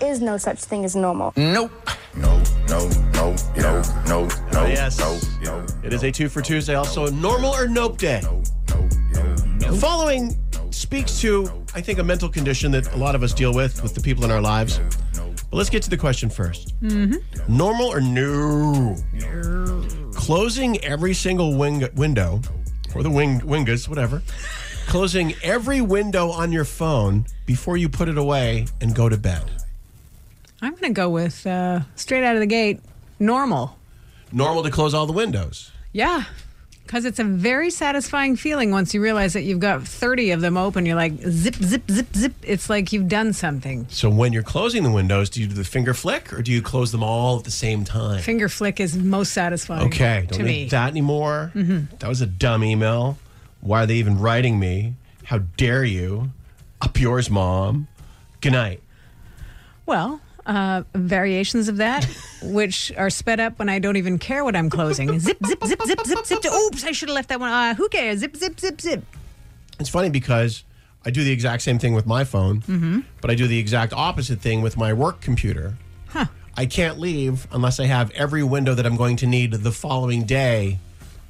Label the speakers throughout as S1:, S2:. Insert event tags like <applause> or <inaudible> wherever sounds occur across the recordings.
S1: is no such thing as normal.
S2: Nope.
S3: No, no, no, no, no, no,
S4: Oh, yes.
S3: no, no.
S4: It is a two for Tuesday, also a normal or nope day. The following speaks to, I think, a mental condition that a lot of us deal with, with the people in our lives. But let's get to the question 1st Mm-hmm. Normal or no? Closing every single wing- window, or the wing wingus, whatever. Closing every window on your phone before you put it away and go to bed.
S5: I'm going to go with uh, straight out of the gate, normal.
S4: Normal to close all the windows.
S5: Yeah. Because it's a very satisfying feeling once you realize that you've got 30 of them open. You're like, zip, zip, zip, zip. It's like you've done something.
S4: So when you're closing the windows, do you do the finger flick or do you close them all at the same time?
S5: Finger flick is most satisfying.
S4: Okay, don't
S5: to
S4: need
S5: me. Mm-hmm.
S4: that anymore. That was a dumb email. Why are they even writing me? How dare you? Up yours, mom. Good night.
S5: Well, uh, variations of
S4: <laughs>
S5: that, which are sped up when I don't even care what I'm closing. zip, zip, zip, zip, zip, zip. Oops, I should have left that one. Uh, who cares? Zip, zip, zip, zip.
S4: It's funny because I do the exact same thing with my phone, but I do the exact opposite thing with my work computer. Huh. I can't leave unless I have every window that I'm going to need the following day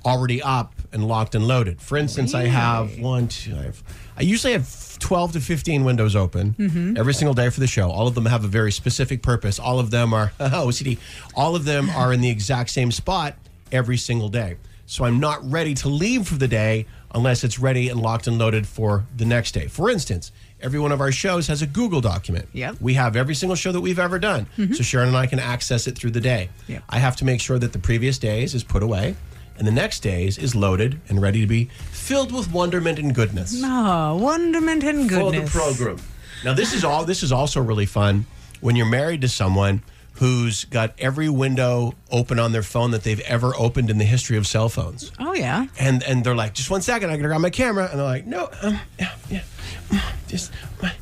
S4: already up and locked and loaded. For instance, I have one, two, I, have, I usually have 12 to 15 windows open every single day for the show. All of them have a very specific purpose. All of them are <laughs> OCD. All of them are in the exact same spot every single day. So I'm not ready to leave for the day unless it's ready and locked and loaded for the next day. For instance, every one of our shows has a Google document.
S5: Yep. Mm-hmm.
S4: We have every single show that we've ever done. So Sharon and I can access it through the day.
S5: Yep.
S4: I have to make sure that the previous days is put away and the next days is loaded and ready to be filled with wonderment and goodness
S5: Oh, wonderment and goodness.
S4: for the program. Now this is all this is also really fun when you're married to someone who's got every window open on their phone that they've ever opened in the history of cell phones.
S5: Oh, yeah.
S4: And and they're like, just one second, I gotta grab my camera. And they're like, no, um, yeah, yeah, mm, just. my-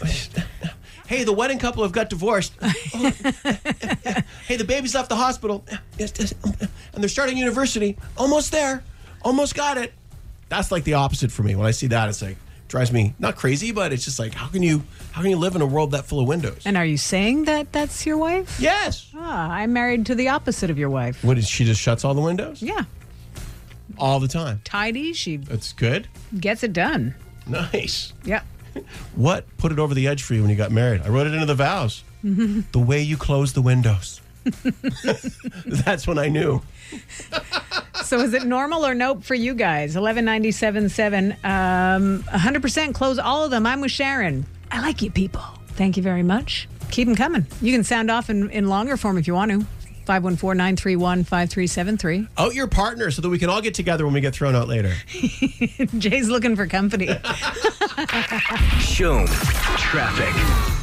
S4: <laughs> Hey, the wedding couple have got
S5: <laughs>
S4: divorced. Oh, hey, the baby's left the hospital. Yes, yes, um, And they're starting university. Almost there. Almost got it. That's like the opposite for me. When I see that, it's like drives me not crazy, but it's just like how can you how can you live in a world that full of windows?
S5: And are you saying that that's your wife?
S4: yes.
S5: Ah, I'm married to the opposite of your wife.
S4: What is she just shuts all the windows?
S5: Yeah.
S4: All the time.
S5: Tidy. She
S4: That's good.
S5: gets it done.
S4: Nice.
S5: Yep.
S4: What put it over the edge for you when you got married? I wrote it into the vows. the way you close the windows. <laughs> That's when I knew.
S5: So is it normal or nope for you guys? 1197.7. Um, 100% close all of them. I'm with Sharon. I like you people. Thank you very much. Keep them coming. You can sound off in, in longer form if you want to. 514 931 <laughs> 5373.
S4: Out your partner so that we can all get together when we get thrown out later.
S5: Jay's looking for company.
S6: Shoom. Traffic.